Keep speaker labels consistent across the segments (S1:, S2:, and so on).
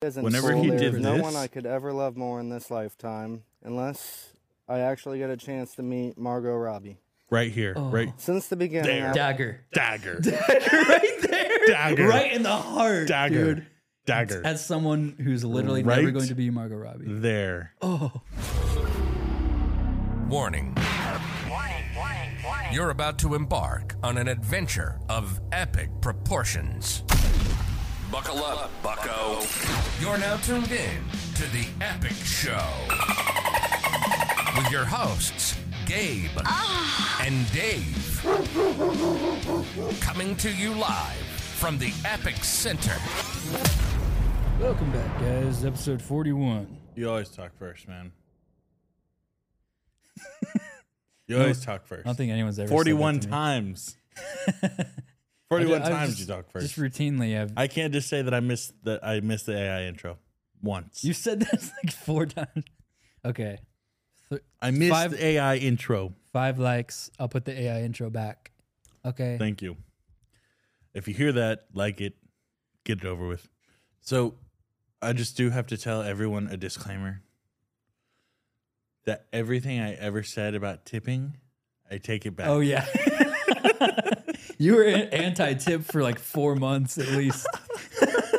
S1: isn't
S2: Whenever
S1: cool.
S2: he
S1: There's
S2: did
S1: no
S2: this-
S1: one I could ever love more in this lifetime, unless I actually get a chance to meet Margot Robbie.
S2: Right here,
S3: Oh.
S2: right
S1: Since the beginning,
S2: There.
S1: I-
S3: Dagger.
S2: dagger,
S3: Dagger right there.
S2: Dagger.
S3: Right in the heart.
S2: dagger,
S3: Dude.
S2: dagger.
S3: As someone who's literally never
S2: Right
S3: going to be Margot Robbie.
S2: there.
S3: Oh.
S4: Warning. You're about to embark on an adventure of epic proportions. Buckle up, bucko. You're now tuned in to The Epic Show with your hosts, Gabe and Dave. Coming to you live from the Epic Center.
S3: Welcome back, guys. Episode 41.
S2: You always talk first, man. You always talk first.
S3: I don't think anyone's ever said that
S2: Forty-one
S3: to me.
S2: times.
S3: I ju-
S2: Forty-one
S3: I've
S2: times
S3: just-
S2: you talk
S3: Just
S2: first.
S3: routinely. I've,
S2: I can't just say that I missed that I missed the AI intro once.
S3: you said that like four times. Okay.
S2: I missed
S3: five-
S2: the AI intro.
S3: Five likes. I'll put the AI intro back. Okay.
S2: Thank you. If you hear that, like it, get it over with. So, I just do have to tell everyone a disclaimer that everything I ever said about tipping, I take it back.
S3: Oh yeah. you were anti tip for like four months at least.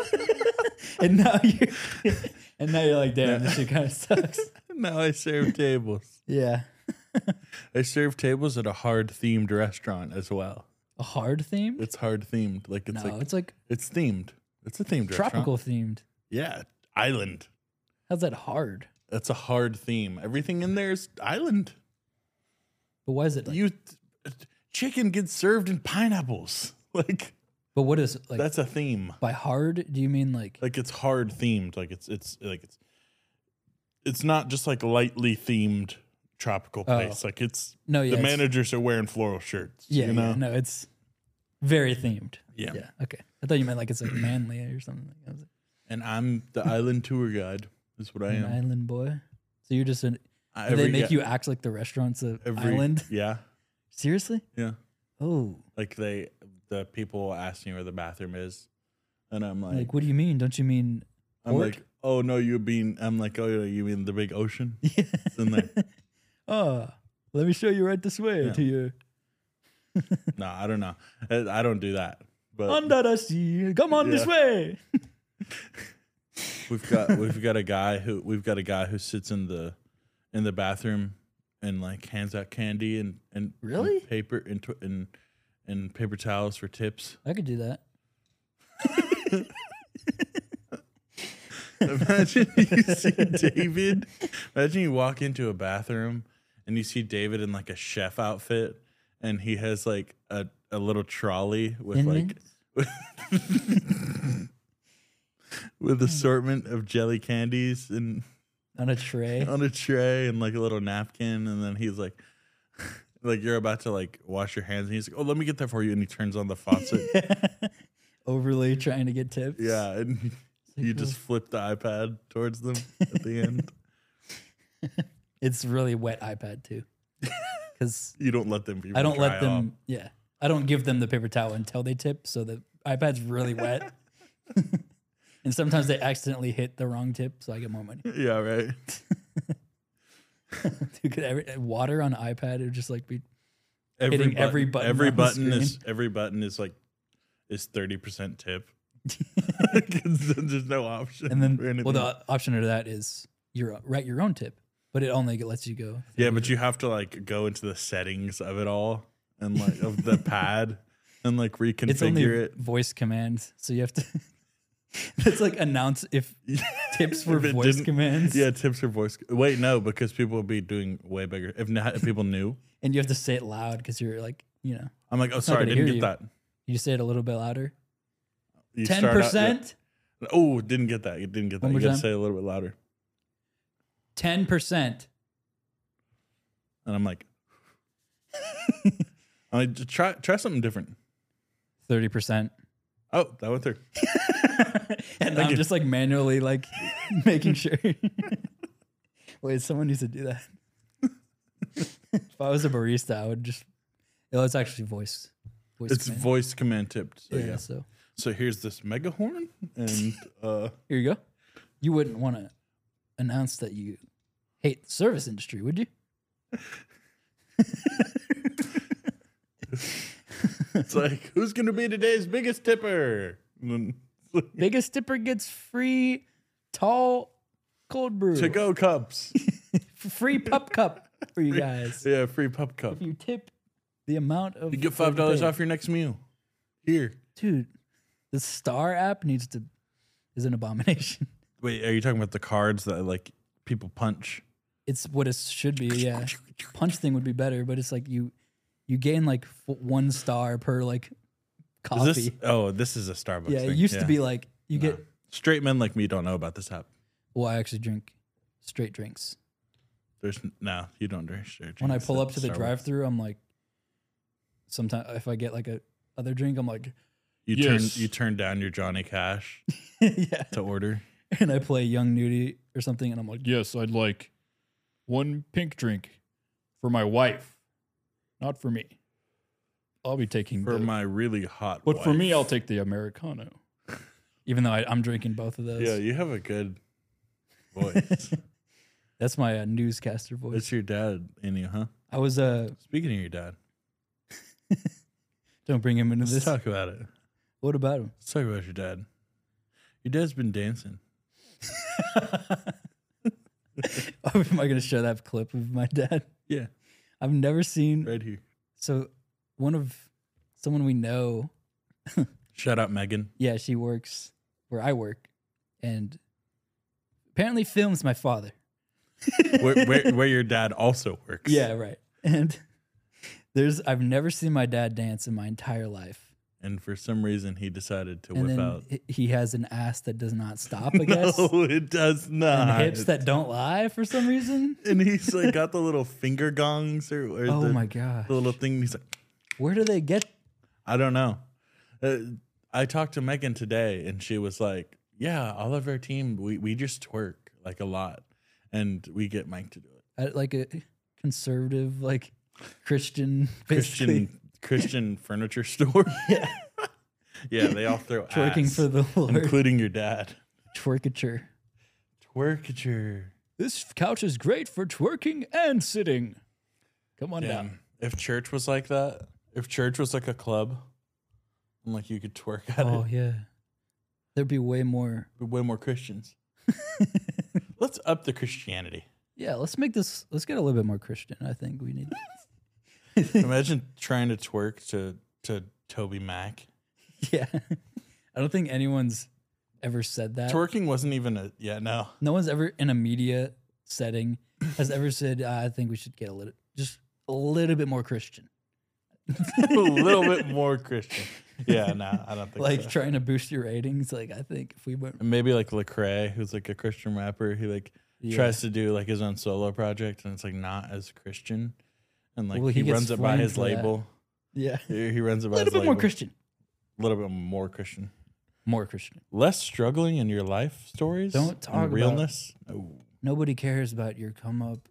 S3: and now you and now you're like, damn, this shit kind of sucks.
S2: Now I serve tables.
S3: Yeah.
S2: I serve tables at a hard themed restaurant as well.
S3: A hard theme?
S2: It's hard themed. Like it's
S3: no,
S2: like
S3: it's like
S2: it's themed. It's a themed
S3: tropical
S2: restaurant.
S3: themed.
S2: Yeah, island.
S3: How's that hard?
S2: That's a hard theme. Everything in there is island.
S3: But why is it like
S2: you chicken gets served in pineapples. Like
S3: but what is like
S2: that's a theme.
S3: by hard do you mean like
S2: Like it's hard themed. Like it's it's like it's it's not just like lightly themed tropical
S3: Oh.
S2: place. Like it's
S3: No, yeah,
S2: the
S3: it's-
S2: managers are wearing floral shirts.
S3: yeah,
S2: you know?
S3: yeah, no, it's very themed.
S2: Yeah.
S3: Yeah. Okay. I thought you meant like it's like manly or something. I was like,
S2: And I'm the island tour guide. Is what I
S3: an
S2: am.
S3: island boy. So you're just an
S2: I-
S3: Do they
S2: every
S3: make
S2: ga-
S3: you act like the restaurant's a
S2: every-
S3: island?
S2: Yeah,
S3: Seriously?
S2: yeah.
S3: Oh,
S2: Like they, the people ask me where the bathroom is, and I'm like,
S3: like, what do you mean? Don't you mean?
S2: I'm
S3: port?
S2: like, oh no, you mean? I'm like, oh, you mean the big ocean? Yeah. It's in there.
S3: Oh, let me show you right this way to you.
S2: No, I don't know. I I don't do that. But
S3: Under the sea, come on this
S2: Yeah.
S3: way.
S2: we've got we've got a guy who we've got a guy who sits in the in the bathroom and like hands out candy and and and
S3: Really?
S2: paper and tw- and and paper towels for tips.
S3: I could do that.
S2: Imagine you see David. Imagine you walk into a bathroom and you see David in like a chef outfit and he has like a, a little trolley with like
S3: Inmates?
S2: with assortment of jelly candies and
S3: On a tray.
S2: on a tray and like a little napkin and then he's like like you're about to like wash your hands and he's like, Oh, let me get that for you and he turns on the faucet.
S3: Overly trying to get tips.
S2: yeah. And you just flip the iPad towards them at the end.
S3: It's really wet iPad too. Because
S2: You don't let them be
S3: I don't let
S2: dry off.
S3: them, yeah. I don't give them the paper towel until they tip. So the iPad's really wet. and sometimes they accidentally hit the wrong tip. So I get more money.
S2: Yeah, right.
S3: Dude, could every, water on iPad it would just like be Hitting every button
S2: every
S3: on the
S2: button is every button is like is thirty percent tip. 'Cause There's no option.
S3: and
S2: for
S3: then
S2: anything.
S3: well the option under that is your uh, write your own tip but it only lets you go
S2: yeah, but you have to like go into the settings of it all and like of the pad and like reconfigure
S3: it's only
S2: it.
S3: voice commands so you have to it's like announce if tips were
S2: If it
S3: voice
S2: didn't-
S3: commands
S2: Yeah, tips or voice. Wait, no, because people would be doing way bigger. If not, if people knew,
S3: and you have to say it loud because you're like you know
S2: I'm like, oh, sorry, I
S3: gonna
S2: didn't get
S3: hear you.
S2: that.
S3: you say it a little bit louder
S2: You start out-
S3: 10%
S2: Oh, didn't get that. You didn't get that.
S3: One
S2: You
S3: more
S2: gotta
S3: time.
S2: say it a little bit louder.
S3: 10%
S2: And I'm like, I'm like, "Just try try something different.
S3: 30%
S2: Oh, that went through.
S3: and i'm
S2: you.
S3: just like manually like making sure wait someone needs to do that if i was a barista i would just well, it's actually voice voice
S2: It's
S3: command.
S2: voice command tipped. So yeah.
S3: yeah so
S2: So here's this mega horn, and uh,
S3: here you go you wouldn't want to announce that you hate the service industry, would you?
S2: It's like, who's going to be today's biggest tipper? And then-
S3: Biggest tipper gets free tall cold brew,
S2: to go cups.
S3: free pup cup for you guys.
S2: yeah, free pup cup.
S3: If you tip the amount of
S2: You get
S3: that
S2: five dollars
S3: pay.
S2: off your next meal. Here.
S3: dude. The Star app needs to is an abomination.
S2: Wait, are you talking about the cards that like people punch?
S3: It's what it should be. Yeah, punch thing would be better, but it's like you you gain like f- one star per like
S2: Is
S3: coffee.
S2: this? Oh, this is a Starbucks.
S3: yeah, it
S2: thing.
S3: used to
S2: Yeah.
S3: be like you get.
S2: Straight men like me don't know about this app.
S3: Well, I actually drink straight drinks.
S2: There's no, you don't drink straight.
S3: when I
S2: drinks
S3: pull
S2: at
S3: up to the
S2: Starbucks.
S3: drive-through, I'm like, sometimes if I get like a other drink, I'm like,
S2: you
S5: Yes.
S2: turn you turn down your Johnny Cash
S3: yeah,
S2: to order.
S3: and I play Young Nudie or something, and I'm like,
S5: Yes, I'd like one pink drink for my wife, not for me. I'll be taking
S2: for
S5: the,
S2: my really hot.
S5: But for
S2: wife.
S5: me, I'll take the americano.
S3: even though I, I'm drinking both of those.
S2: yeah, you have a good voice.
S3: That's my uh, newscaster voice.
S2: it's your dad in you, huh?
S3: I was uh,
S2: Speaking of your dad,
S3: don't bring him into
S2: let's
S3: this.
S2: talk about it.
S3: What about him?
S2: Let's talk about your dad. Your dad's been dancing.
S3: Oh, Am I gonna show that clip of my dad?
S2: Yeah,
S3: I've never seen.
S2: right here.
S3: So one of someone we know
S2: Shout out Megan.
S3: yeah, she works where I work, and apparently films my father.
S2: where, where, where your dad also works.
S3: Yeah, right. And there's I've never seen my dad dance in my entire life.
S2: And for some reason, he decided to
S3: And
S2: whip
S3: then
S2: out.
S3: h- he has an ass that does not stop, I guess.
S2: No, it does
S3: And
S2: not.
S3: hips that don't lie for some reason.
S2: And he's like got the little finger gongs or, or
S3: Oh
S2: the,
S3: my gosh.
S2: the little thing. He's like,
S3: Where do they get
S2: I don't know. Uh, I talked to Megan today, and she was like, "Yeah, all of our team, we we just twerk like a lot, and we get Mike to do it.
S3: at uh, like a conservative, like Christian basically
S2: Christian Christian furniture store. Yeah, yeah, they all throw
S3: twerking
S2: ass,
S3: for the Lord?
S2: including your dad.
S3: Twerkature.
S2: Twerkature.
S5: This couch is great for twerking and sitting. Come on down.
S2: Damn. If church was like that, if church was like a club, and like you could twerk at
S3: Oh
S2: it,
S3: yeah. There'd be way more
S2: there'd be way more Christians. Let's up the Christianity.
S3: Yeah, let's make this. Let's get a little bit more Christian. I think we need.
S2: Imagine trying to twerk to to Toby Mac.
S3: yeah, I don't think anyone's ever said that.
S2: Twerking wasn't even a yeah no.
S3: No one's ever in a media setting has ever said, "Ah, "I think we should get a little, just a little bit more Christian."
S2: a little bit more Christian. Yeah, no, I don't think
S3: Like
S2: so.
S3: trying to boost your ratings. Like I think if we went,
S2: And maybe like Lecrae, who's like a Christian rapper, he like
S3: Yeah.
S2: tries to do like his own solo project, and it's like not as Christian, and like
S3: Well,
S2: he,
S3: he gets
S2: runs it by
S3: flamed
S2: his
S3: for that.
S2: label.
S3: yeah, a
S2: He he runs it by
S3: little
S2: his
S3: bit more
S2: label.
S3: Christian,
S2: a little bit more Christian.
S3: more Christian.
S2: Less struggling in your life stories.
S3: Don't
S2: and
S3: talk about-
S2: realness. No,
S3: Nobody cares about your come up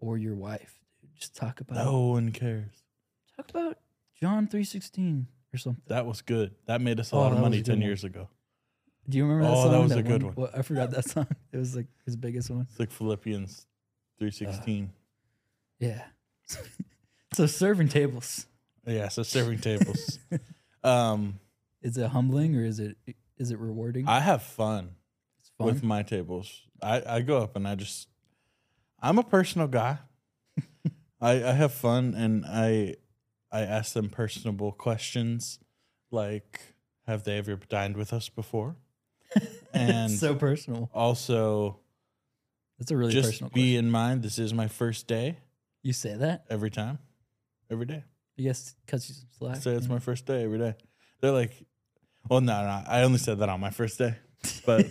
S3: or your wife. Just talk about
S2: no one cares.
S3: talk about John three sixteen or something.
S2: That was good. That made us a
S3: Oh,
S2: lot of
S3: that was
S2: money
S3: a good
S2: ten
S3: one.
S2: years ago.
S3: Do you remember that
S2: Oh,
S3: song?
S2: that was a good one.
S3: Well, I forgot that song. It was like his biggest one.
S2: It's like Philippians three sixteen.
S3: Yeah. so serving tables
S2: yeah, so serving tables. um,
S3: is it humbling or is it is it rewarding?
S2: I have fun.
S3: it's fun.
S2: with my tables. I, I go up and I just I'm a personal guy. I I have fun and I I ask them personable questions like have they ever dined with us before? And
S3: it's so personal.
S2: also
S3: That's a really
S2: just
S3: personal
S2: be
S3: question.
S2: in mind this is my first day
S3: You say that?
S2: every time. Every day.
S3: I guess cuts you some slack.
S2: say it's my first day every day. They're like, well, no, no, I only said that on my first day, but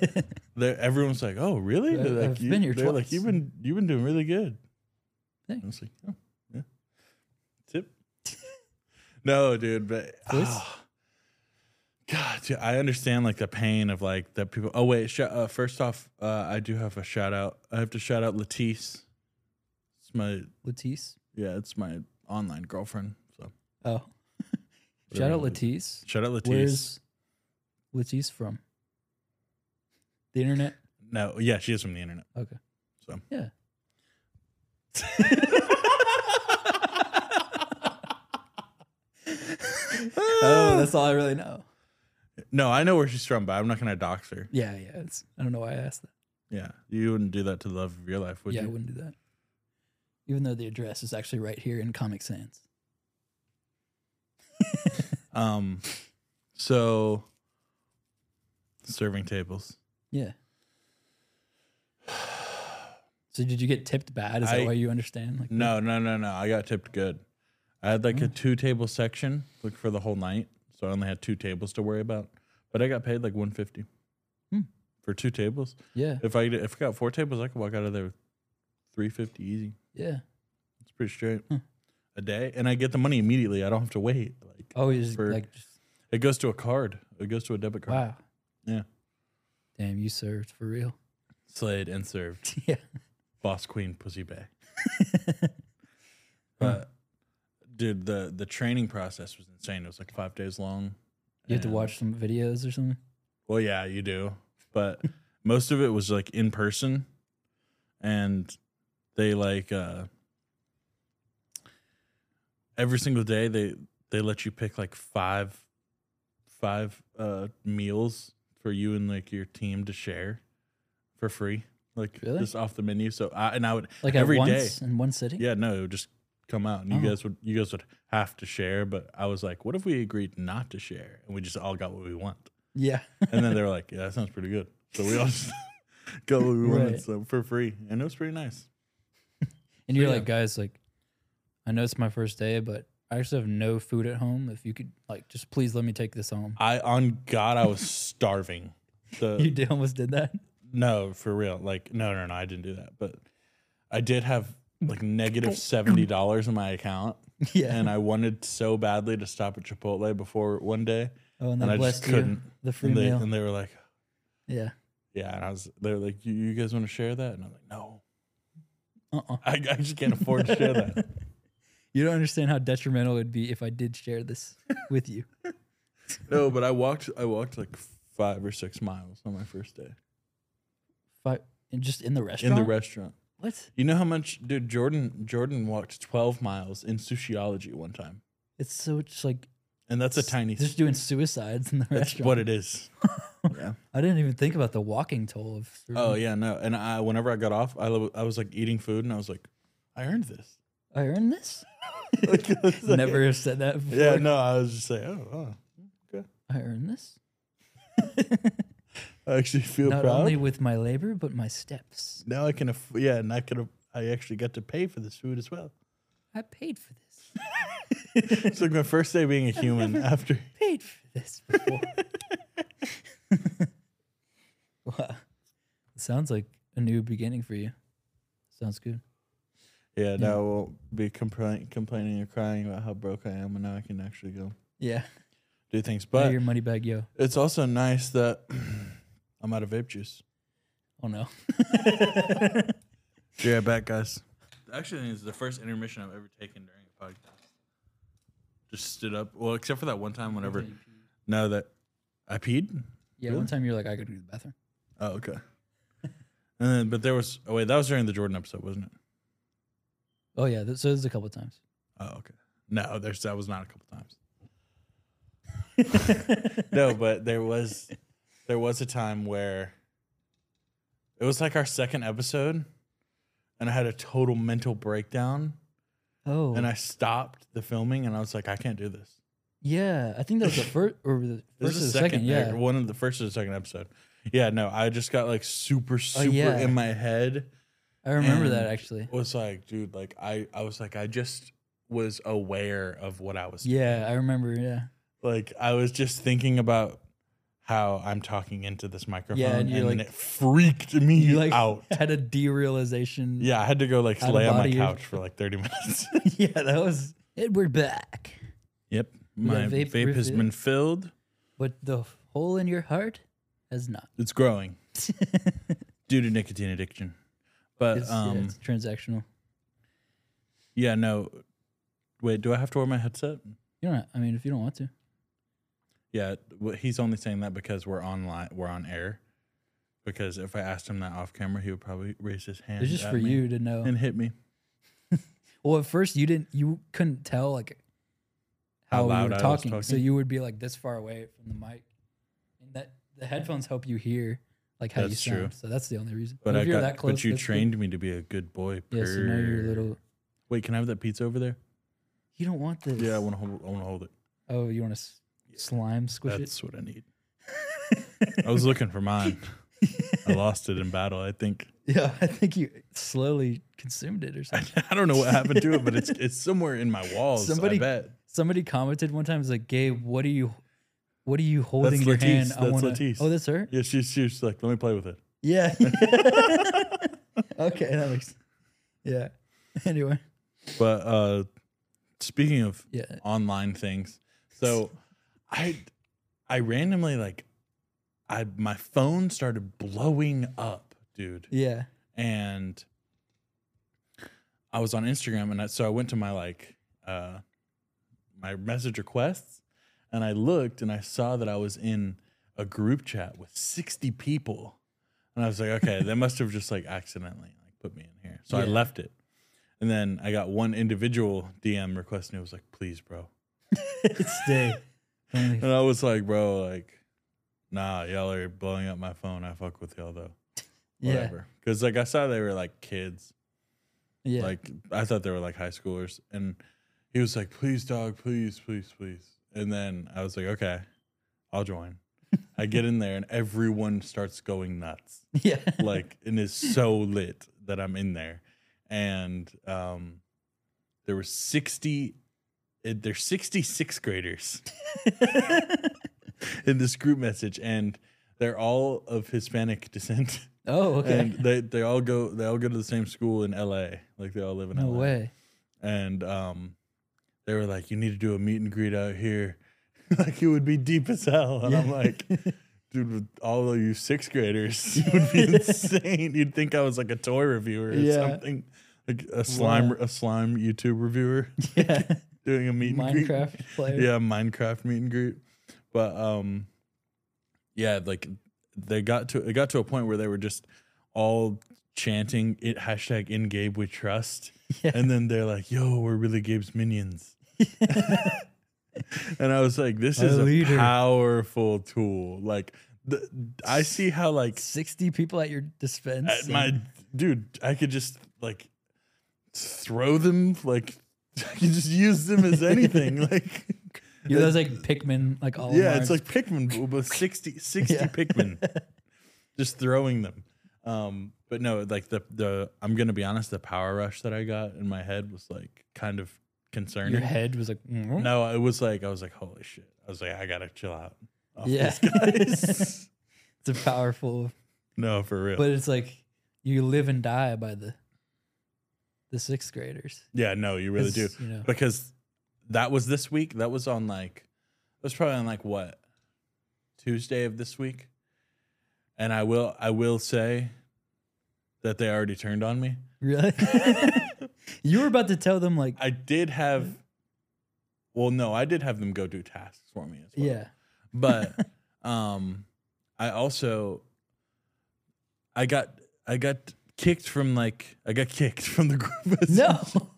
S2: they're- everyone's like, oh, really?
S3: I-
S2: They're like,
S3: I've
S2: you,
S3: been here
S2: they're like,
S3: twice.
S2: you've been you've been doing really good.
S3: Thanks.
S2: I was like, oh, yeah, tip. no, dude, but
S3: Please?
S2: ah. God, dude, I understand like the pain of like that people. Oh wait, sh- uh, first off, uh, I do have a shout out. I have to shout out Latisse. It's my
S3: Latisse.
S2: yeah, it's my online girlfriend. So
S3: Oh. Shout out
S2: Whatever.
S3: Latisse.
S2: shout out Latisse.
S3: Where's Latisse from? The internet?
S2: No, yeah, she is from the internet.
S3: Okay.
S2: So
S3: Yeah. oh, that's all I really know.
S2: no, I know where she's from, but I'm not gonna dox her.
S3: Yeah, yeah. It's, I don't know why I asked that.
S2: Yeah, you wouldn't do that to the love of your life, would
S3: yeah, I
S2: you?
S3: wouldn't do that. Even though the address is actually right here in Comic Sans.
S2: Um, so serving tables.
S3: Yeah. So did you get tipped bad? Is
S2: I-
S3: that why you understand? Like
S2: No, no, no, no. I got tipped good. I had like a
S3: Mm.
S2: two table section, like for the whole night, so I only had two tables to worry about. But I got paid like 150
S3: Hmm.
S2: for two tables.
S3: Yeah,
S2: If I if I got four tables, I could walk out of there with 350 easy.
S3: yeah.
S2: It's pretty straight
S3: Hmm.
S2: a day, and I get the money immediately. I don't have to wait. Like
S3: Oh, you just
S2: For-
S3: like just,
S2: it goes to a card. It goes to a debit card.
S3: wow.
S2: Yeah.
S3: Damn, you served for real.
S2: Slayed and served.
S3: yeah.
S2: Boss Queen Pussy Bay. but dude, the the training process was insane. It was like five days long.
S3: You have to
S2: and-
S3: watch some videos or something.
S2: Well, yeah, you do. But most of it was like in person and they like uh every single day they they let you pick like five five uh meals for you and like your team to share for free. Like
S3: Really?
S2: just off the menu. So I and I would
S3: Like at
S2: every day.
S3: once in one sitting.
S2: Yeah, no, it would just come out, and you
S3: Oh.
S2: guys would you guys would have to share. But I was like, what if we agreed not to share, and we just all got what we want?
S3: Yeah.
S2: And then they were like, yeah, that sounds pretty good. So we all just got what we wanted
S3: Right.
S2: so for free, and it was pretty nice.
S3: and you're like, guys, like, I know it's my first day, but I actually have no food at home. If you could, like, just please let me take this home.
S2: I on God, I was starving. The
S3: You did, almost did that.
S2: no, for real. Like no, no, no, I didn't do that, but I did have like negative seventy dollars in my account.
S3: um, Yeah.
S2: And I wanted so badly to stop at Chipotle before one day,
S3: oh,
S2: and
S3: and then
S2: I just
S3: blessed you
S2: couldn't.
S3: the free
S2: And they,
S3: meal.
S2: and they were like,
S3: yeah.
S2: Yeah, and I was they were like, you, you guys want to share that? And I'm like, no,
S3: Uh-uh.
S2: I, I just can't afford to share that.
S3: You don't understand how detrimental it would be if I did share this with you.
S2: No, but I walked I walked like five or six miles on my first day
S3: If I, and just in the
S2: in
S3: restaurant.
S2: the restaurant.
S3: What?
S2: You know how much dude Jordan Jordan walked twelve miles in sushiology one time.
S3: It's so it's like
S2: And that's a tiny
S3: just doing suicides in the
S2: that's
S3: restaurant.
S2: what it is. yeah.
S3: I didn't even think about the walking toll of.
S2: Oh yeah, no. And I whenever I got off, I, lo- I was like eating food and I was like, I earned this.
S3: I earned this.
S2: Like, I was like-
S3: Never have said that before.
S2: Yeah, no, I was just like, oh,
S3: I earned this
S2: oh. I actually feel
S3: not
S2: proud.
S3: only with my labor but my steps.
S2: now I can, aff- yeah, and I could, aff- I actually got to pay for this food as well.
S3: I paid for this.
S2: It's like my first day being a human after.
S3: Paid for this before. wow. Sounds like a new beginning for you. Sounds good.
S2: Yeah, now I won't be complain- complaining or crying about how broke I am, and now I can actually go
S3: Yeah.
S2: do things.
S3: But
S2: But
S3: your money back, yo.
S2: it's also nice that I'm out of vape juice.
S3: Oh no.
S2: Be right back, guys. Actually, I think it's the first intermission I've ever taken during a podcast. Just stood up. Well, except for that one time whenever. No, that I peed.
S3: Yeah, one time you're like, I gotta go to the bathroom.
S2: Oh, okay. and then, but there was. Oh wait, that was during the Jordan episode, wasn't it?
S3: Oh yeah, th- so this is a couple times.
S2: Oh, okay. No, there's that was not a couple times. no, but there was there was a time where it was like our second episode and I had a total mental breakdown
S3: Oh,
S2: and I stopped the filming and I was like, I can't do this.
S3: yeah, I think that was the first or the
S2: This
S3: first or
S2: is
S3: the
S2: the
S3: second. yeah,
S2: or one of the first or the second episode. Yeah, no, I just got like super, super
S3: Oh, yeah.
S2: in my head.
S3: I remember that
S2: and
S3: actually.
S2: Was like, dude, like I, I was like, I just was aware of what I was
S3: Yeah, I remember. Yeah,
S2: like I was just thinking about how I'm talking into this microphone,
S3: and
S2: and,
S3: you're
S2: then
S3: like-
S2: it freaked me
S3: you like
S2: out.
S3: had a derealization.
S2: Yeah, I had to go like
S3: Out of
S2: lay on my
S3: body.
S2: couch for like 30 minutes.
S3: yeah, that was. And we're back,
S2: yep,
S3: got
S2: my
S3: vape
S2: vape, has
S3: refilled.
S2: been filled.
S3: but the hole in your heart has not.
S2: It's growing due to nicotine addiction, but
S3: It's, yeah,
S2: um,
S3: it's transactional.
S2: yeah, no. Wait, do I have to wear my headset?
S3: You don't. I mean, if you don't want to,
S2: Yeah, wh- he's only saying that because we're online, we're on air. because if I asked him that off camera, he would probably raise his hand.
S3: It's just
S2: at
S3: for
S2: me
S3: you to know.
S2: and hit me.
S3: well, at first you didn't, you couldn't tell like
S2: How
S3: how, you
S2: loud I
S3: were
S2: was
S3: talking, so
S2: talking?
S3: you would be like this far away from the mic, and that the headphones help you hear like how
S2: That's
S3: you
S2: true.
S3: sound. So that's the only reason.
S2: But
S3: if
S2: I
S3: you're
S2: got,
S3: that close,
S2: but you
S3: that's good.
S2: trained me to be a good boy.
S3: Yeah, so now you're a
S2: Purr.
S3: little.
S2: Wait, can I have that pizza over there?
S3: You don't want this.
S2: Yeah, I want to hold. I want to hold it.
S3: Oh, you want to slime squish
S2: That's what I need. I was looking for mine. I lost it in battle. I think
S3: it? Yeah, I think you slowly consumed it or something.
S2: I don't know what happened to it, but it's it's somewhere in my walls. Somebody,
S3: Somebody-
S2: I bet.
S3: Somebody commented one time, "Is like, Gabe, what are you, what are you holding in your
S2: Latisse.
S3: hand?
S2: That's
S3: wanna-
S2: Latisse.
S3: Oh, that's her.
S2: Yeah, she's she's like, let me play with it.
S3: Yeah. okay, that makes. Yeah. Anyway.
S2: But uh speaking of
S3: Yeah.
S2: online things, so I I randomly like I my phone started blowing up, dude.
S3: Yeah.
S2: and I was on Instagram, and I, so I went to my like uh, my message requests, and I looked and I saw that I was in a group chat with sixty people, and I was like, okay, they must have just like accidentally like put me in here, so I
S3: Yeah.
S2: left it, and then I got one individual DM request, and it was like, please, bro,
S3: Stay. Only-
S2: and I was like, bro, like, nah, y'all are blowing up my phone. I fuck with y'all though,
S3: yeah.
S2: whatever, because like I saw they were like kids.
S3: Yeah.
S2: Like I thought they were like high schoolers, and he was like, "Please, dog, please, please, please." And then I was like, "Okay, I'll join." I get in there, and everyone starts going nuts,
S3: yeah.
S2: like, and is so lit that I'm in there, and um, there were sixty. it- There's 66 graders in this group message, and they're all of Hispanic descent
S3: oh, okay.
S2: and they they all go they all go to the same school in L.A. Like they all live in
S3: no
S2: L.A.
S3: way.
S2: And um, they were like, "You need to do a meet and greet out here." like it would be deep as hell, and I'm
S3: Yeah.
S2: like, "Dude, with all of you sixth graders, it would be insane. You'd think I was like a toy reviewer or
S3: Yeah.
S2: something, like a slime a slime YouTube reviewer
S3: Yeah.
S2: doing a meet and greet."
S3: Minecraft player.
S2: yeah minecraft meet and greet but um yeah like they got to it got to a point where they were just all chanting it hashtag in gabe we trust
S3: Yeah.
S2: and then they're like yo we're really gabe's minions and i was like this
S3: A
S2: is a
S3: leader.
S2: powerful tool like the, i see how like
S3: Sixty people at your dispense.
S2: at my dude i could just like throw them like i could just use them as anything like
S3: you know, those like Pikmin, like all.
S2: yeah, it's like Pikmin, but with 60, 60
S3: Yeah.
S2: Pikmin, just throwing them. Um, but no, like the the I'm gonna be honest, the power rush that I got in my head was like kind of
S3: your
S2: concerning.
S3: head was like. mm
S2: No, it was like I was like, holy shit! I was like, I gotta chill out. off
S3: Yeah.
S2: these guys.
S3: It's a powerful,
S2: no, for real.
S3: but it's like you live and die by the the sixth graders.
S2: yeah, no, you really do
S3: It's, You know,
S2: because that was this week. That was on like it was probably on like what Tuesday of this week. And I will I will say that they already turned on me.
S3: really. you were about to tell them like,
S2: I did have well no, I did have them go do tasks for me as well.
S3: yeah,
S2: But um I also I got I got kicked from like I got kicked from the group.
S3: no,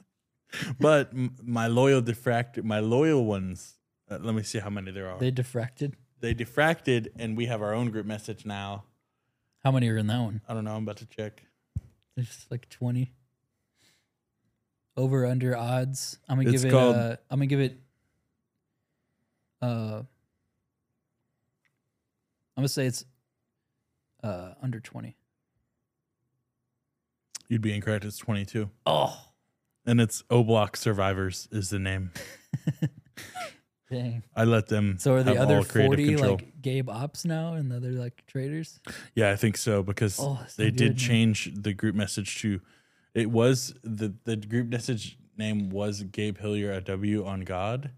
S2: But m- my loyal diffract my loyal ones uh, let me see how many there are.
S3: they diffracted.
S2: they diffracted and we have our own group message now.
S3: How many are in that one?
S2: I don't know. I'm about to check.
S3: There's like twenty. Over under odds. I'm gonna
S2: It's
S3: give it.
S2: called-
S3: Uh, I'm gonna give it. Uh, I'm gonna say it's uh under twenty.
S2: You'd be incorrect. It's 22.
S3: Oh
S2: And it's Oblock Survivors is the name.
S3: dang!
S2: I let them.
S3: So are the
S2: have
S3: other
S2: all creative
S3: forty
S2: control.
S3: like Gabe ops now, and the other like traders?
S2: Yeah, I think so because
S3: Oh, that's not
S2: they did
S3: good, man.
S2: change the group message to. It was the the group message name was Gabe Hillier a W on God,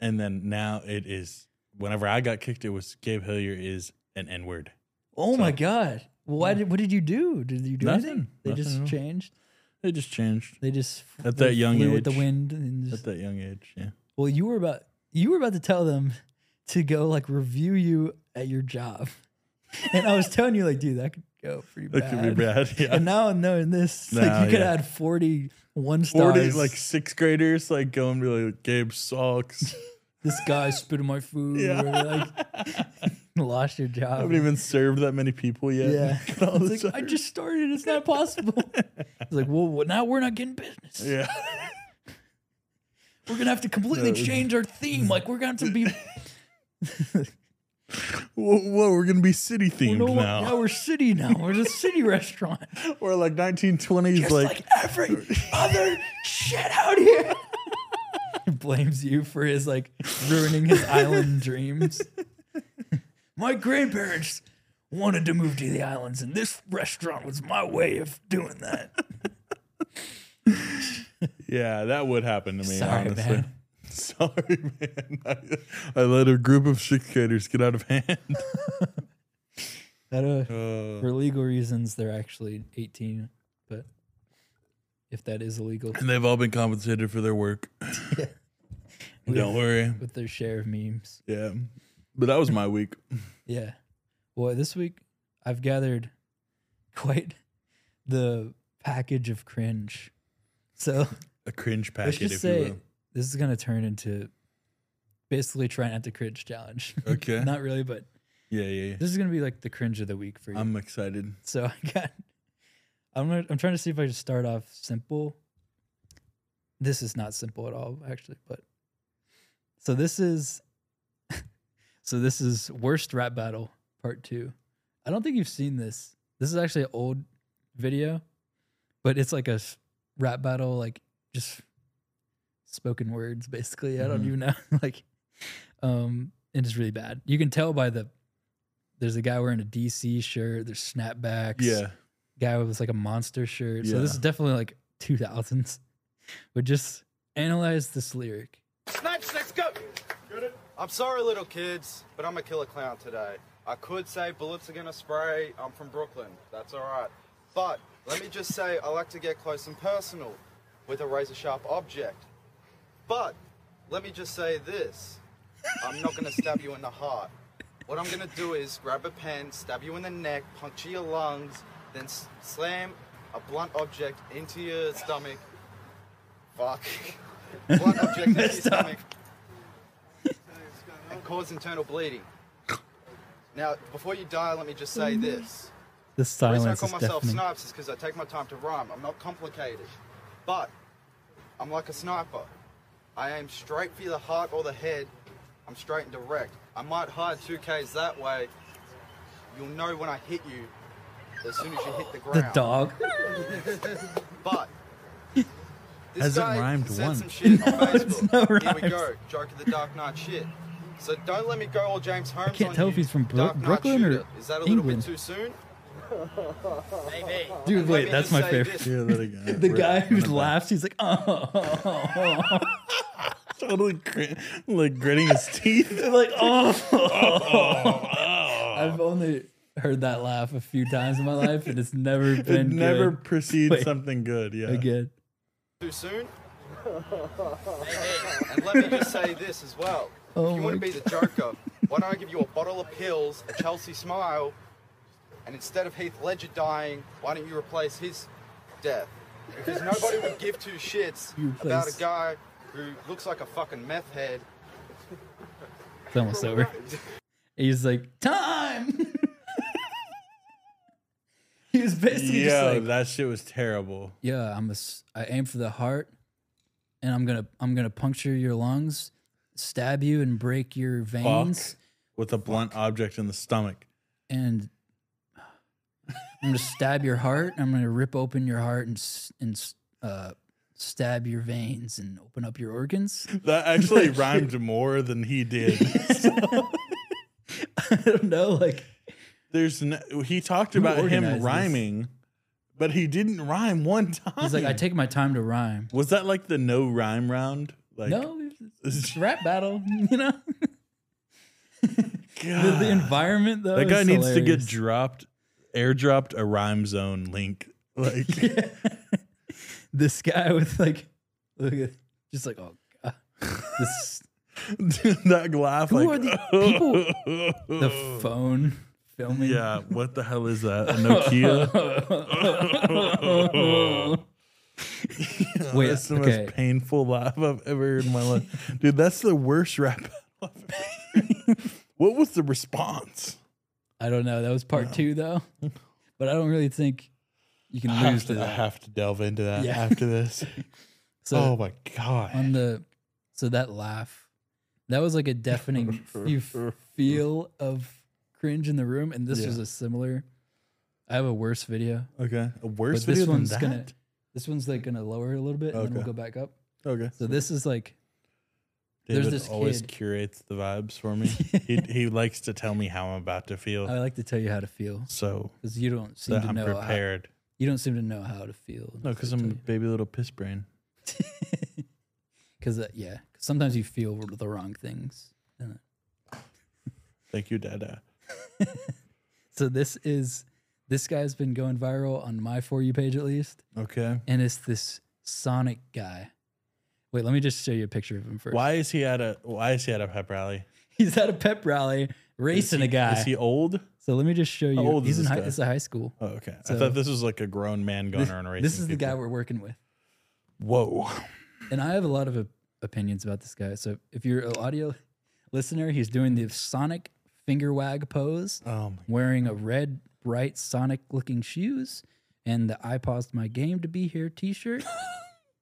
S2: and then now it is. Whenever I got kicked, it was Gabe Hillier is an N word.
S3: Oh my god! Why did what did you do? Did you do anything?
S2: Nothing.
S3: They
S2: Nothing at
S3: just
S2: all.
S3: changed.
S2: They just changed
S3: They just f-
S2: At
S3: they
S2: that young
S3: flew with the
S2: age.
S3: wind and
S2: at
S3: just,
S2: that young age. Yeah.
S3: well, you were about you were about to tell them to go like review you at your job. and I was telling you, like, dude, that could go pretty
S2: That
S3: bad.
S2: could be bad. Yeah.
S3: And now knowing this,
S2: Nah,
S3: like, you could
S2: yeah.
S3: add 41 stars.
S2: 40 like sixth graders like going to be like Gabe sucks.
S3: this guy spit in my food.
S2: Yeah.
S3: or, like, lost your
S2: I
S3: job.
S2: haven't even served that many people yet.
S3: yeah.
S2: Look at all
S3: It's
S2: this
S3: like, I
S2: other-
S3: just started. It's not possible. It's like, well, what- now we're not getting business.
S2: yeah.
S3: We're gonna have to completely
S2: No.
S3: change our theme. Like, we're gonna have to be.
S2: Whoa, whoa, we're gonna be city themed
S3: You know what?
S2: now.
S3: Yeah, we're city now. We're a city restaurant.
S2: Or like 1920s,
S3: It's
S2: like,
S3: like, every other shit out here. He blames you for his like ruining his island dreams. my grandparents wanted to move to the islands, and this restaurant was my way of doing that.
S2: yeah, that would happen to me.
S3: Sorry,
S2: honestly.
S3: man.
S2: Sorry, man. I, I let a group of sixth graders get out of hand.
S3: That, uh,
S2: Uh,
S3: for legal reasons, they're actually 18, but if that is illegal,
S2: and they've all been compensated for their work.
S3: Yeah.
S2: Don't worry.
S3: with their share of memes.
S2: Yeah. But that was my week.
S3: Yeah. Well, this week I've gathered quite the package of cringe. So
S2: A cringe
S3: let's
S2: packet,
S3: just
S2: if you
S3: say
S2: will.
S3: this is going to turn into basically try not to cringe challenge.
S2: Okay.
S3: Not really, but
S2: yeah, yeah, yeah.
S3: this is going to be like the cringe of the week for you.
S2: I'm excited.
S3: so I got, I'm, gonna, I'm trying to see if I just start off simple. This is not simple at all, actually, but so this is, so this is worst rap battle part two. I don't think you've seen this. This is actually an old video, but it's like a s- rap battle, like just spoken words, basically. I don't
S2: Mhm.
S3: even know. like, um, and it's really bad. You can tell by the there's a guy wearing a DC shirt. There's snapbacks.
S2: Yeah.
S3: guy was like a monster shirt. So this
S2: Yeah.
S3: is definitely like 2000s. But just analyze this lyric.
S6: Snipes, let's go. I'm sorry, little kids, but I'm a killer clown today. I could say bullets are gonna spray. I'm from Brooklyn. That's all right. But let me just say, I like to get close and personal with a razor sharp object. But let me just say this: I'm not gonna stab you in the heart. What I'm gonna do is grab a pen, stab you in the neck, puncture your lungs, then s- slam a blunt object into your stomach. Fuck. Blunt object into your stomach. And cause internal bleeding. Now, before you die, let me just say this.
S3: The
S6: The reason I
S3: silence
S6: call
S3: Mm-hmm. is
S6: myself
S3: deafening.
S6: Snipes is because I take my time to rhyme. I'm not complicated. But I'm like a sniper. I aim straight for the heart or the head. I'm straight and direct. I might hide 2Ks that way. You'll know when I hit you as soon as you hit the ground.
S3: The dog.
S6: But this
S2: Hasn't
S6: guy
S2: rhymed
S6: said
S2: once.
S6: some shit on Facebook.
S3: no
S6: Here we
S3: rhymes.
S6: go, joke of the Dark Knight shit. So don't let me go all James Holmes.
S3: can't
S6: on
S3: tell
S6: you.
S3: if he's from Bro-
S6: Dark Knight
S3: Brooklyn or
S6: shooter. is that a little
S3: England.
S6: bit too soon?
S3: Dude,
S6: And let
S3: wait,
S6: me
S3: that's
S6: just
S3: my
S6: say
S3: favorite.
S6: this.
S2: Yeah, that again.
S3: The guy who laughs, he's like, oh, oh, oh, oh,
S2: totally grin- like gritting his teeth.
S3: oh." like oh.
S2: Oh.
S3: I've only heard that laugh a few times in my life, and it's never
S2: It
S3: been
S2: never
S3: good
S2: precedes
S3: Wait.
S2: something good. Yeah.
S3: again.
S6: too soon? and let me just say this as well.
S3: Oh
S6: if you
S3: my
S6: want to be the Joker, why don't I give you a bottle of pills, a Chelsea smile, and instead of Heath Ledger dying, why don't you replace his death? Because nobody would give two shits
S3: You
S6: about
S3: replace-
S6: a guy who looks like a fucking meth head.
S3: It's almost over. He's like, time. he was basically just
S2: Yeah,
S3: like,
S2: that shit was terrible.
S3: yeah, I'm a, s- I aim for the heart, and I'm gonna, I'm gonna puncture your lungs, stab you, and break your
S2: Fuck
S3: veins.
S2: with a blunt object in the stomach.
S3: and I'm gonna stab your heart. I'm gonna rip open your heart and s- and s- uh, stab your veins and open up your organs.
S2: That actually rhymed more than he did.
S3: I don't know, like
S2: There's no, he talked about
S3: organized
S2: him
S3: this?
S2: rhyming, but he didn't rhyme one time.
S3: he's like, I take my time to rhyme.
S2: was that like the no rhyme round? Like
S3: No, it's a rap battle, you know. the, the
S2: God.
S3: environment though.
S2: that guy
S3: is
S2: needs to get
S3: hilarious.
S2: dropped, airdropped a rhyme zone link. Like
S3: this guy with like, look at just like oh, God. this
S2: that laugh.
S3: Who
S2: like
S3: are these people? the phone filming.
S2: Yeah, what the hell is that? A Nokia?
S3: Wait,
S2: that's the
S3: okay.
S2: most painful laugh I've ever heard in my life. Dude, that's the worst rap battle I've ever heard. What was the response?
S3: I don't know. That was part two though, but I don't really think you can
S2: I
S3: lose
S2: have, to,
S3: to
S2: I
S3: that.
S2: have to delve into that
S3: Yeah.
S2: after this.
S3: So
S2: oh my god.
S3: on the so that laugh, that was like a deafening you f- feel of cringe in the room, and this
S2: Yeah.
S3: was a similar. I have a worse video.
S2: okay, a worse
S3: But this
S2: video than
S3: one's
S2: that.
S3: gonna this one's like gonna lower a little bit and then we'll
S2: Okay.
S3: go back up.
S2: Okay,
S3: So this is like there's
S2: David
S3: this
S2: always
S3: kid.
S2: curates the vibes for me. he he likes to tell me how I'm about to feel,
S3: I like to tell you how to feel
S2: so
S3: because you don't seem
S2: that
S3: to
S2: I'm
S3: know how,
S2: prepared.
S3: you don't seem to know how to feel.
S2: No, because I'm a baby little piss brain.
S3: because uh, yeah, 'cause sometimes you feel the wrong things.
S2: Thank you, Dada.
S3: So this is this guy's been going viral on my for you page at least,
S2: Okay.
S3: and it's this Sonic guy. Wait, let me just show you a picture of him first.
S2: Why is he at a Why is he at a pep rally?
S3: He's at a pep rally racing a guy.
S2: Is he old?
S3: so let me just show you.
S2: old is
S3: He's in
S2: this
S3: high,
S2: guy?
S3: this is a high school.
S2: Oh, okay.
S3: So-
S2: I thought this was like a grown man going around racing.
S3: This is the guy
S2: people.
S3: we're working with.
S2: Whoa.
S3: and I have a lot of op- opinions about this guy. So if you're an audio listener, he's doing the sonic finger wag pose,
S2: Oh my.
S3: wearing a red, bright sonic looking shoes, and the I paused my game to be here t shirt,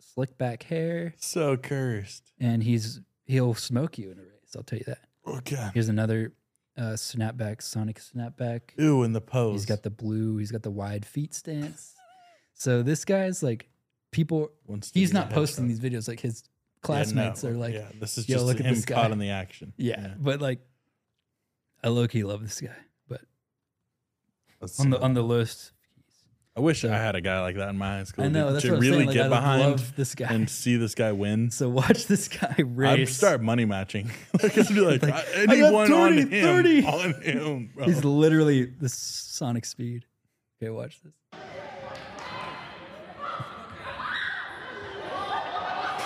S3: slick back hair,
S2: So cursed.
S3: and he's he'll smoke you in a race. I'll tell you that.
S2: Okay.
S3: Here's another uh, snapback, sonic snapback.
S2: Ooh, in the pose.
S3: He's got the blue, he's got the wide feet stance. So this guy's like, people,
S2: Wants to
S3: he's
S2: be a
S3: not posting
S2: headshot.
S3: these videos. Like his
S2: Yeah, no.
S3: classmates are like,
S2: yeah, this is
S3: "Yo,
S2: just
S3: look at
S2: him
S3: this guy."
S2: caught in the action.
S3: Yeah, but like, I low key love this guy. But
S2: That's-
S3: on the on the list,
S2: I wish
S3: so-
S2: I had a guy like that in my high school.
S3: I know
S2: to-
S3: that's
S2: to
S3: what I'm
S2: really
S3: saying. Like,
S2: get
S3: I
S2: behind
S3: love this guy.
S2: and see this guy win.
S3: so watch this guy race.
S2: I'd start money matching. like, I'd be like,
S3: Like,
S2: "Uh,
S3: I got
S2: anyone on
S3: 30,
S2: him,
S3: 30."
S2: on him, bro.
S3: He's literally the Sonic Speed. Okay, watch this.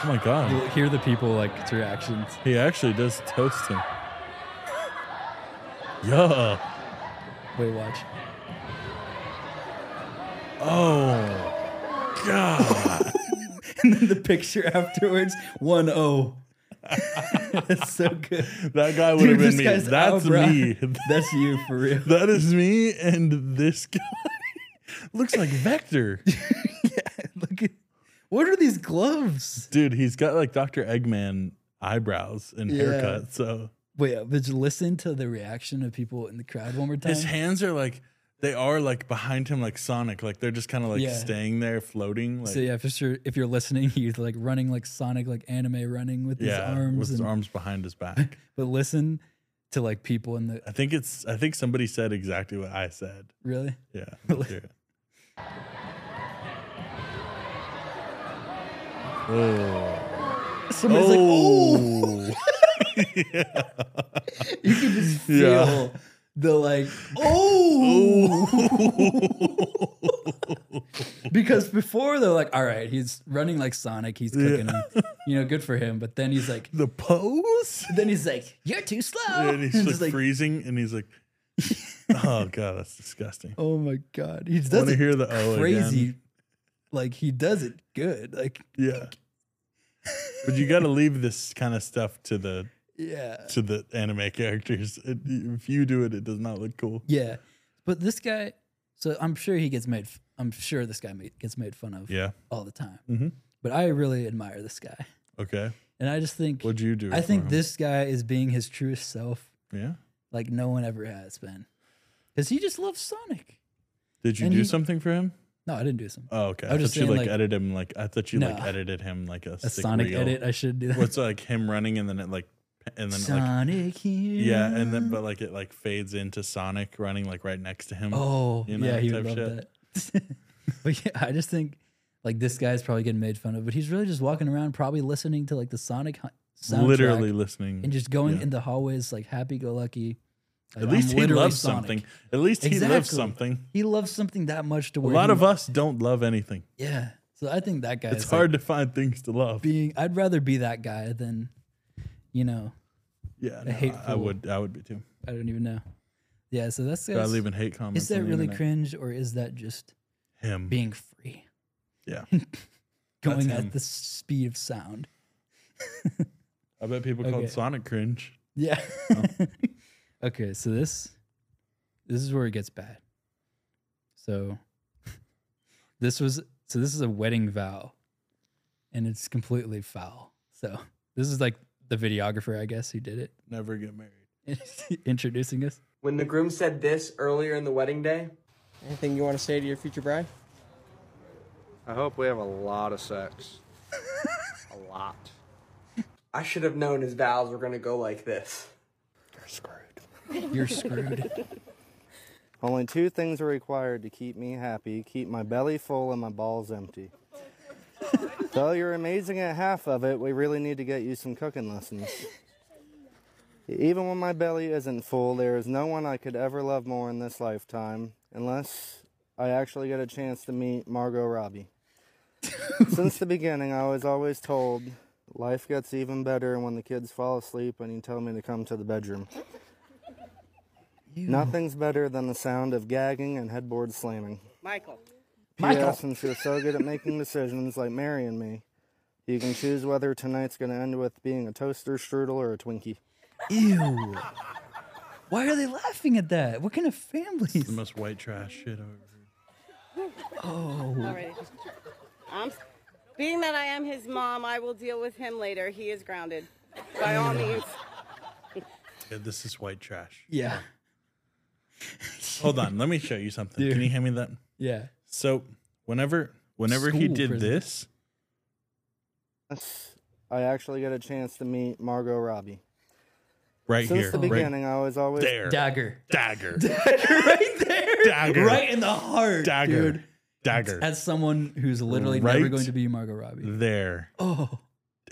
S2: oh my god,
S3: You'll hear the people like its reactions.
S2: he actually does toast him. Yeah.
S3: Wait, watch.
S2: Oh, God.
S3: And then the picture afterwards, one o. That's so good.
S2: that guy would have been
S3: Dude, this
S2: me.
S3: guy's out,
S2: That's
S3: bro.
S2: me.
S3: That's you for real.
S2: that is me, and this guy looks like Vector.
S3: Look at what are these gloves?
S2: Dude, he's got like Dr. Eggman eyebrows and
S3: Yeah.
S2: haircut. So
S3: Wait, but just listen to the reaction of people in the crowd one more time.
S2: his hands are like, they are like behind him, like Sonic. Like they're just kind of like
S3: Yeah.
S2: staying there, floating. Like,
S3: so yeah, if you're if you're listening, he's like running like Sonic, like anime running with his
S2: yeah,
S3: arms.
S2: with his
S3: and-
S2: arms behind his back.
S3: But listen to like people in the
S2: I think it's, I think somebody said exactly what I said.
S3: really.
S2: Yeah. let's hear it. Oh.
S3: Somebody's like, oh, you can just feel
S2: Yeah.
S3: the like, oh, because before they're like, all right, he's running like Sonic, he's cooking him, you know, good for him. But then he's like,
S2: the pose?
S3: then he's like, you're too slow.
S2: And he's
S3: It's
S2: like,
S3: like,
S2: freezing and he's like, oh God, that's disgusting.
S3: oh my god, he
S2: I
S3: does
S2: want to
S3: it
S2: hear the oh
S3: crazy.
S2: again.
S3: Like he does it good. Like
S2: Yeah. But you got to leave this kind of stuff to the
S3: yeah.
S2: to the anime characters. It- If you do it, it does not look cool.
S3: Yeah, but this guy. So I'm sure he gets made. f- I'm sure this guy ma- gets made fun of
S2: Yeah.
S3: all the time.
S2: Mhm.
S3: But I really admire this guy,
S2: Okay.
S3: and I just think
S2: What'd you do?
S3: I
S2: for
S3: think
S2: him?
S3: this guy is being his truest self,
S2: Yeah.
S3: like no one ever has been, because he just loves Sonic.
S2: Did you
S3: And
S2: do
S3: he-
S2: something for him?
S3: No, I didn't do something.
S2: Oh, okay.
S3: I
S2: I,
S3: was
S2: thought
S3: just
S2: you
S3: saying,
S2: like,
S3: like-
S2: edited him. Like I thought you like
S3: No.
S2: edited him like a,
S3: A
S2: sick
S3: Sonic
S2: reel.
S3: edit. I should do that.
S2: What's like him running and then it like p- and then like
S3: Sonic here?
S2: yeah and then but like it like fades into Sonic running like right next to him.
S3: oh
S2: you know,
S3: yeah, he would love
S2: type
S3: that. but yeah, I just think like this guy's probably getting made fun of, but he's really just walking around, probably listening to like the Sonic hu- soundtrack.
S2: literally listening.
S3: and just going
S2: Yeah.
S3: in the hallways like happy go lucky.
S2: At least he loves something. At least he loves
S3: Exactly.
S2: something.
S3: He loves something that much to
S2: A
S3: where
S2: lot
S3: he-
S2: of us don't love anything.
S3: yeah. So I think that guy.
S2: It's
S3: is, like,
S2: hard to find things to love.
S3: being. I'd rather be that guy than, you know,
S2: yeah, no, I- I
S3: hateful-
S2: would. I would be too.
S3: I don't even know. Yeah, so that's
S2: Stop
S3: that's-
S2: leaving hate comments.
S3: Is that
S2: on the
S3: really
S2: internet.
S3: cringe or is that just
S2: Him.
S3: being free?
S2: Yeah.
S3: Going
S2: him.
S3: at the speed of sound.
S2: I bet people called
S3: Okay.
S2: Sonic cringe.
S3: Yeah.
S2: Oh.
S3: okay, so this this is where it gets bad. So this was so this is a wedding vow and it's completely foul. So this is like the videographer, I guess, who did
S2: Never get married.
S3: it introducing us.
S7: When the groom said this earlier in the wedding day, anything you want to say to your future bride?
S6: I hope we have a lot of sex. a lot.
S7: I should have known his vows were going to go like this.
S3: You're screwed.
S1: Only two things are required to keep me happy keep my belly full and my balls empty. Though you're amazing at half of it, we really need to get you some cooking lessons. Even when my belly isn't full, there is no one I could ever love more in this lifetime, unless I actually get a chance to meet Margot Robbie. Since the beginning, I was always told life gets even better when the kids fall asleep and you tell me to come to the bedroom. Nothing's better than the sound of gagging and headboard slamming.
S8: Michael.
S1: P.S. Since you're so good at making decisions like Mary and me, you can choose whether tonight's going to end with being a toaster strudel or a Twinkie.
S3: Ew. Why are they laughing at that? What kind of families?
S2: The most white trash shit I've ever heard.
S8: Alrighty. Um, being that I am his mom, I will deal with him later. He is grounded. By all means.
S2: Yeah, this is white trash.
S3: Yeah.
S2: Hold on, let me show you something. Can you hand me that?
S3: Yeah.
S2: So whenever whenever he
S3: School
S2: did
S3: prison.
S2: this,
S1: Unless I actually get a chance to meet Margot Robbie.
S2: right
S1: Since
S2: here,
S1: the
S2: right
S1: beginning, I was always
S2: there,
S3: Dagger.
S2: dagger,
S3: right there.
S2: Dagger.
S3: Right in the heart.
S2: dagger,
S3: Dude.
S2: dagger,
S3: As someone who's literally never
S2: Right Mm.
S3: going to be Margot Robbie.
S2: there,
S3: Oh,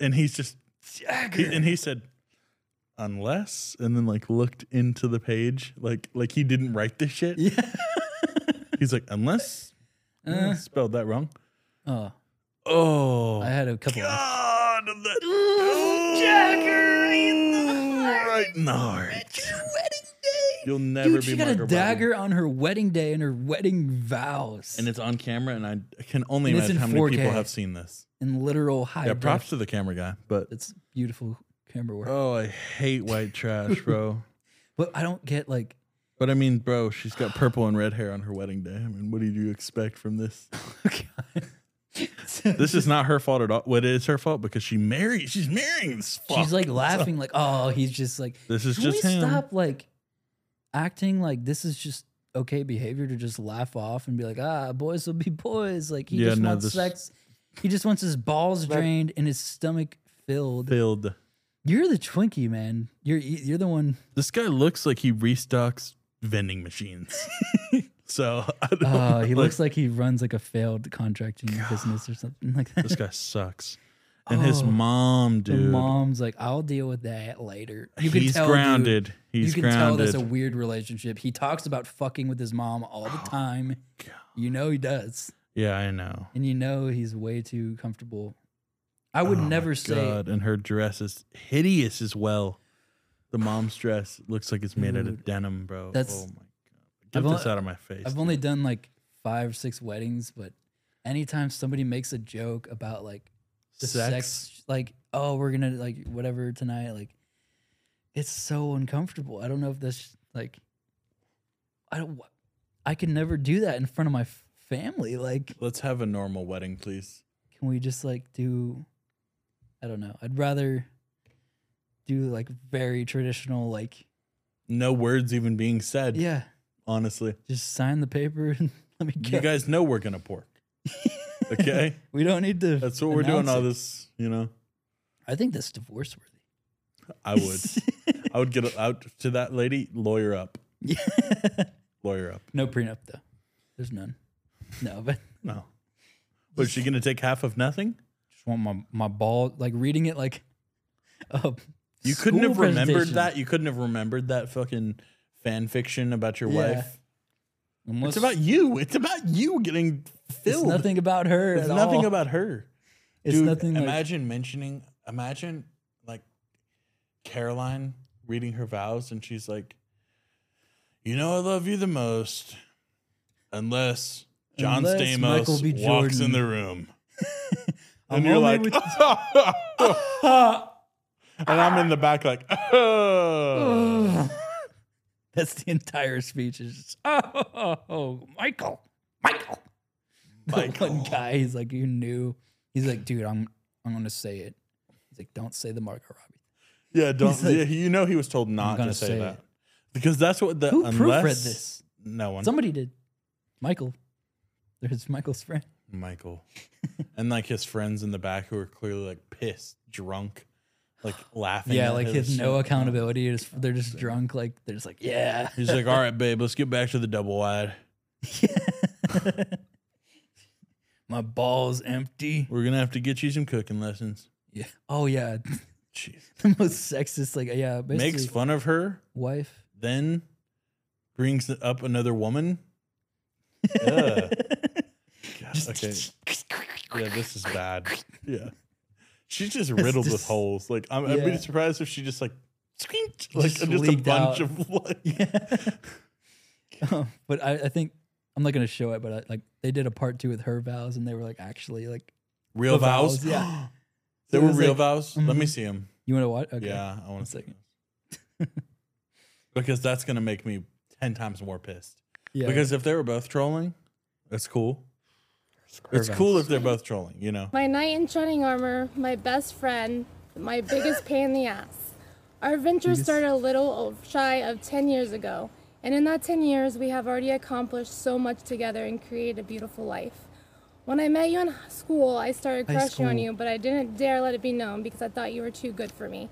S2: and he's just, he-
S3: dagger.
S2: and he said, unless, and then like looked into the page, like like he didn't write this shit.
S3: Yeah. Uh-huh.
S2: He's like, unless, Yeah, spelled that wrong.
S3: Oh,
S2: Oh,
S3: I had a couple. Of,
S2: God, that oh, dagger in the right in the heart. You'll never
S3: Dude,
S2: be
S3: she got
S2: Margot
S3: a
S2: Robbie.
S3: dagger on her wedding day and her wedding vows.
S2: and it's on camera, and I I can only
S3: And it's
S2: imagine
S3: in
S2: how many
S3: 4K.
S2: people have seen this.
S3: in literal high.
S2: Yeah,
S3: def.
S2: props to the camera guy, but
S3: It's beautiful camera work.
S2: oh, I hate white trash, bro.
S3: But I don't get like.
S2: But I mean, bro, she's got purple and red hair on her wedding day. I mean, what do you expect from this? This is not her fault at all. What is her fault because she married. She's marrying this. Fuck.
S3: She's like laughing, like, oh, he's just like,
S2: This is
S3: can
S2: just
S3: we
S2: him.
S3: stop like acting like this is just okay behavior to just laugh off and be like, ah, boys will be boys. Like he
S2: Yeah,
S3: just
S2: no,
S3: wants
S2: this-
S3: sex. He just wants his balls drained and his stomach filled.
S2: filled.
S3: You're the Twinkie man. You're you're the one.
S2: This guy looks like he restocks vending machines. so I don't
S3: Uh, he
S2: like,
S3: looks like he runs like a failed contracting business or something like that.
S2: this guy sucks. And his
S3: Oh,
S2: mom,
S3: The
S2: dude,
S3: mom's like, I'll deal with that later. You can
S2: he's
S3: tell, dude,
S2: grounded. he's
S3: you can tell
S2: grounded. Oh
S3: that's a weird relationship. He talks about fucking with his mom all the time. You know he does.
S2: yeah, I know.
S3: And you know he's way too comfortable. I would
S2: Oh my
S3: never say
S2: God, and her dress is hideous as well. The mom's dress looks like it's made out of denim, bro.
S3: that's-
S2: oh my god. Get
S3: I've
S2: this
S3: only-
S2: out of my face.
S3: I've only done like five or six weddings, but anytime somebody makes a joke about like the sex, like, oh, we're gonna like whatever tonight, like it's so uncomfortable. I don't know if that's like I don't wa- I can never do that in front of my f- family. Like
S2: Let's have a normal wedding, please.
S3: can we just like do i don't know i'd rather do like very traditional like
S2: No words even being said.
S3: yeah
S2: Honestly,
S3: just sign the paper and let me
S2: you
S3: go
S2: guys know we're gonna pork. okay,
S3: we don't need to
S2: that's what we're doing.
S3: announce
S2: All
S3: it.
S2: this, you know.
S3: i think that's divorce worthy
S2: I would, I would get out to that lady. Lawyer up,
S3: yeah
S2: lawyer up.
S3: no prenup though there's none no but
S2: No, was she gonna take half of nothing?
S3: just want my my ball like reading it like uh,
S2: You couldn't
S3: school
S2: have remembered
S3: presentation.
S2: that. You couldn't have remembered that fucking fan fiction about your
S3: Yeah.
S2: wife.
S3: Unless-
S2: It's about you. It's about you getting
S3: it's
S2: filled.
S3: nothing about her
S2: It's
S3: at
S2: nothing
S3: all.
S2: about her.
S3: it's
S2: Dude,
S3: nothing like-
S2: imagine mentioning imagine like Caroline reading her vows and she's like, You know I love you the most, unless John
S3: Unless
S2: Stamos
S3: Michael B.
S2: walks in
S3: Jordan.
S2: the room,
S3: I'm
S2: and you're
S3: only
S2: like,
S3: with-
S2: and I'm in the back like, "Oh."
S3: That's the entire speech. Is just, oh, Michael, Michael. The one guy, he's like, you knew. He's like, dude, I'm, I'm gonna say it. He's like, don't say the Margot Robbie.
S2: yeah, don't.
S3: He's like,
S2: yeah, you know he was told not
S3: gonna
S2: to say,
S3: say
S2: that
S3: it.
S2: because that's what the
S3: Who proofread
S2: unless
S3: this?
S2: no one
S3: Somebody did. Michael. There's Michael's friend.
S2: Michael. and like his friends in the back who are clearly like pissed, drunk, like laughing.
S3: Yeah,
S2: at
S3: like
S2: his
S3: his no
S2: shit.
S3: accountability. It's- They're just drunk. Like they're just like, yeah.
S2: He's like, all right, babe, let's get back to the double wide.
S3: My ball's empty.
S2: We're gonna have to get you some cooking lessons.
S3: Yeah. Oh yeah.
S2: Jeez.
S3: the most sexist. Like yeah. Basically,
S2: Makes fun of her,
S3: wife.
S2: then brings up another woman. Ugh. God, okay. Yeah, this is bad. Yeah. She's just riddled with
S3: just-
S2: holes. Like I'm, I'd
S3: Yeah.
S2: be surprised if she just like, squeaked, like
S3: Just
S2: just, a
S3: leaked
S2: bunch
S3: out.
S2: of like,
S3: Um, but I, I think I'm not gonna show it. But I, like they did a part two with her vows, and they were like actually like
S2: real
S3: the
S2: vows.
S3: Yeah.
S2: They
S3: It
S2: were
S3: was
S2: real
S3: like-
S2: vows. Let me
S3: Mhm.
S2: see them.
S3: You want to watch? Okay.
S2: Yeah, I want to see
S3: second.
S2: those. because that's gonna make me ten times more pissed.
S3: Yeah.
S2: Because if they were both trolling, that's cool. It's
S3: Curve
S2: cool if they're both trolling, you know.
S9: My knight in shining armor, my best friend, my biggest pain in the ass. Our venture started a little o- shy of 10 years ago, and in that 10 years, we have already accomplished so much together and created a beautiful life. When I met you in h- school, I started
S3: High
S9: crushing on
S3: school.
S9: you, but I didn't dare let it be known because I thought you were too good for me.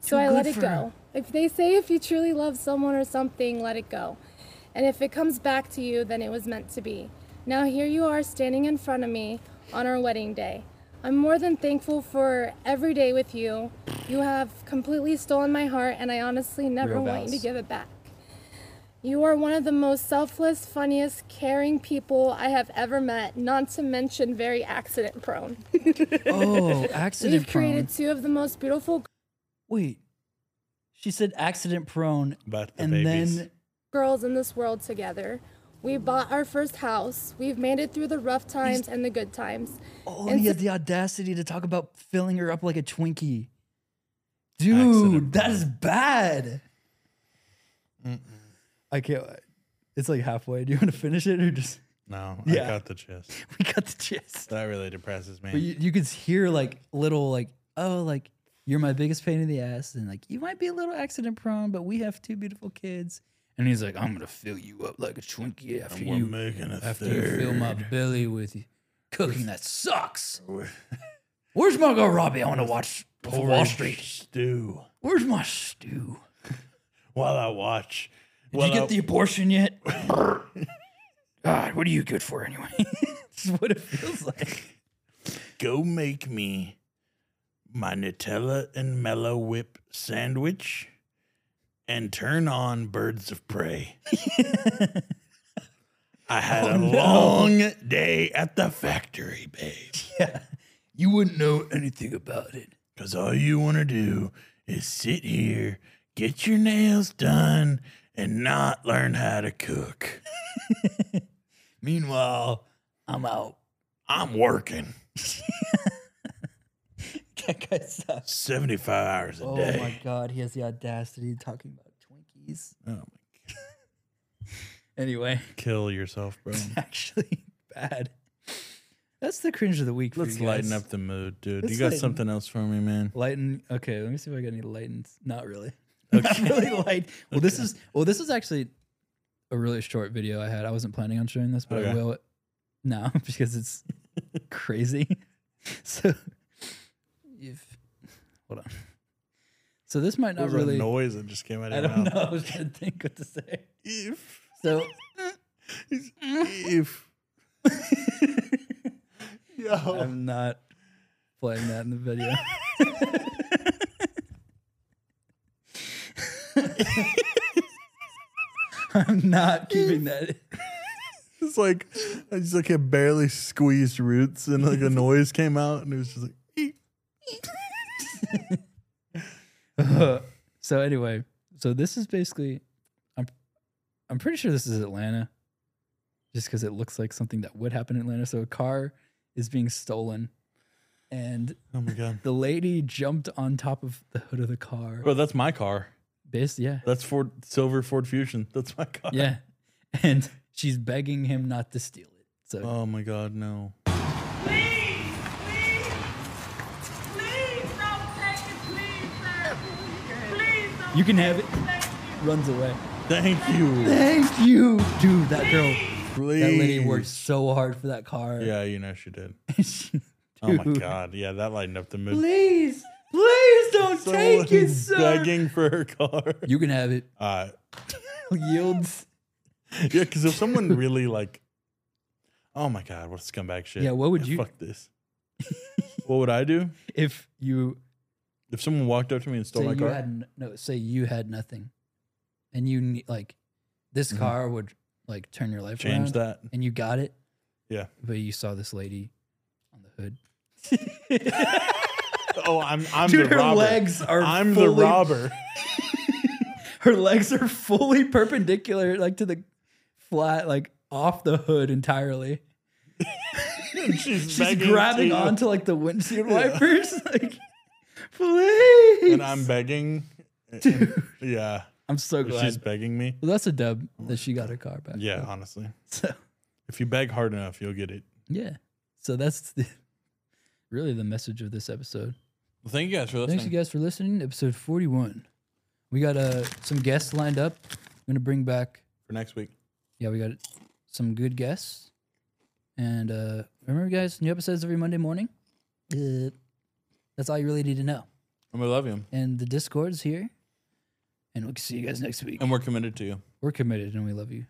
S9: So
S3: Too
S9: I let
S3: good
S9: it
S3: for
S9: go. If they say if you truly love someone or something, let it go. And if it comes back to you, then it was meant to be. Now here you are standing in front of me on our wedding day. I'm more than thankful for every day with you. You have completely stolen my heart, and I honestly never
S3: Real
S9: want you to
S3: vows.
S9: give it back. You are one of the most selfless, funniest, caring people I have ever met, not to mention very accident prone.
S3: Oh, accident
S9: You've
S3: prone.
S9: created two of the most beautiful
S3: Wait. She said accident prone,
S2: About the
S3: and
S2: babies.
S3: then
S9: girls in this world together. We bought our first house. We've made it through the rough times and the good times.
S3: oh, and he
S9: so-
S3: had the audacity to talk about filling her up like a Twinkie.
S2: Accident
S3: Dude, that is bad. I can't. It's like halfway. Do you want to finish it or just
S2: No, I
S3: Yeah.
S2: got the chest.
S3: we got the gist?
S2: That really depresses me.
S3: But you, you could hear like little like oh like you're my biggest pain in the ass and like you might be a little accident prone but we have two beautiful kids and he's like I'm gonna fill you up like a Twinkie after
S2: We're
S3: you
S2: making a
S3: after you
S2: third.
S3: fill my belly with cooking that sucks. Where's Margot Robbie? I want to watch Wall
S2: Orange
S3: Street.
S2: stew
S3: Where's my stew?
S2: while I watch.
S3: Did
S2: while
S3: you get
S2: I-
S3: the abortion yet? God, what are you good for anyway? It's what it feels like.
S2: go make me my Nutella and Mellow Whip sandwich and turn on Birds of Prey. I had a long day at the factory, babe.
S3: Yeah, you wouldn't know anything about it.
S2: Because all you want to do is sit here, get your nails done, and not learn how to cook.
S3: Meanwhile, I'm out.
S2: I'm working
S3: That guy sucks.
S2: 75 hours a
S3: Oh
S2: day.
S3: my god, he has the audacity talking about Twinkies.
S2: Oh my-
S3: Anyway,
S2: Kill yourself, bro.
S3: it's actually bad. That's the cringe of the week. For
S2: Let's
S3: you guys.
S2: lighten up the mood, dude.
S3: Let's
S2: you got
S3: lighten-
S2: something else for me, man?
S3: Lighten. Okay, let me see if I got any lightens. Not really. Not really light. Well, this is. Well, this is actually a really short video I had. I wasn't planning on showing this, but
S2: Okay.
S3: I will now because it's crazy. So, if hold on. So this might not
S2: What was that
S3: really.
S2: noise that just came out of
S3: I
S2: your
S3: don't
S2: mouth?
S3: know. I was trying to think what to say.
S2: If,
S3: So
S2: if, yo,
S3: I'm not playing that in the video. I'm not keeping that.
S2: it's like I just like had barely squeezed roots, and like a noise came out, and it was just like, eep.
S3: so anyway, so this is basically I'm I'm pretty sure this is Atlanta, just because it looks like something that would happen in Atlanta. So a car is being stolen, and
S2: Oh my god.
S3: the lady jumped on top of the hood of the car.
S2: Bro, that's my car.
S3: Based, yeah,
S2: That's Ford silver Ford Fusion. That's my car.
S3: yeah, and she's begging him not to steal it. So
S2: Oh my god, no.
S10: Please, please, please don't take it, please, sir. Please don't.
S3: you can have it.
S10: Thank you.
S3: Runs away.
S2: Thank you.
S3: Thank you, dude. That girl,
S2: Please.
S3: that lady worked so hard for that car.
S2: Yeah, you know she did.
S3: She-
S2: Oh my
S3: dude,
S2: god. Yeah, that lightened up the mood.
S3: Please, please don't take it,
S2: Someone's
S3: sir.
S2: Begging for her car.
S3: You can have it.
S2: Uh,
S3: Yields.
S2: yeah, because if someone really like, oh my god, what a scumbag shit.
S3: Yeah, what would you-
S2: Fuck this. what would I do
S3: If you
S2: if someone walked up to me and stole
S3: say
S2: my
S3: you
S2: car?
S3: had n- no, say you had nothing, and you ne- like this
S2: Mhm.
S3: car would like turn your life
S2: Change
S3: around,
S2: that.
S3: and you got it.
S2: Yeah.
S3: but you saw this lady on the hood.
S2: Oh, I'm I'm
S3: Dude,
S2: the
S3: her
S2: robber.
S3: legs are
S2: I'm the
S3: fully-
S2: robber.
S3: Her legs are fully perpendicular, like to the flat, like off the hood entirely.
S2: She's,
S3: She's
S2: begging
S3: grabbing
S2: to-
S3: onto like the windshield wipers, like please.
S2: and I'm begging.
S3: Dude,
S2: Yeah,
S3: I'm so
S2: if
S3: glad.
S2: she's begging me.
S3: well, that's a dub that she got her car back.
S2: Yeah,
S3: though.
S2: honestly,
S3: So
S2: if you beg hard enough, you'll get it.
S3: Yeah. So that's the, really the message of this episode.
S2: Well, thank you guys for listening.
S3: Thanks you guys for listening. Episode 41. We got uh, some guests lined up. I'm going to bring back,
S2: for next week.
S3: yeah, we got some good guests. And uh, remember, guys, new episodes every Monday morning. Uh, that's all you really need to know.
S2: And we love you,
S3: And the Discord's here. And we'll see you guys next week.
S2: and we're committed to you.
S3: We're committed and we love you.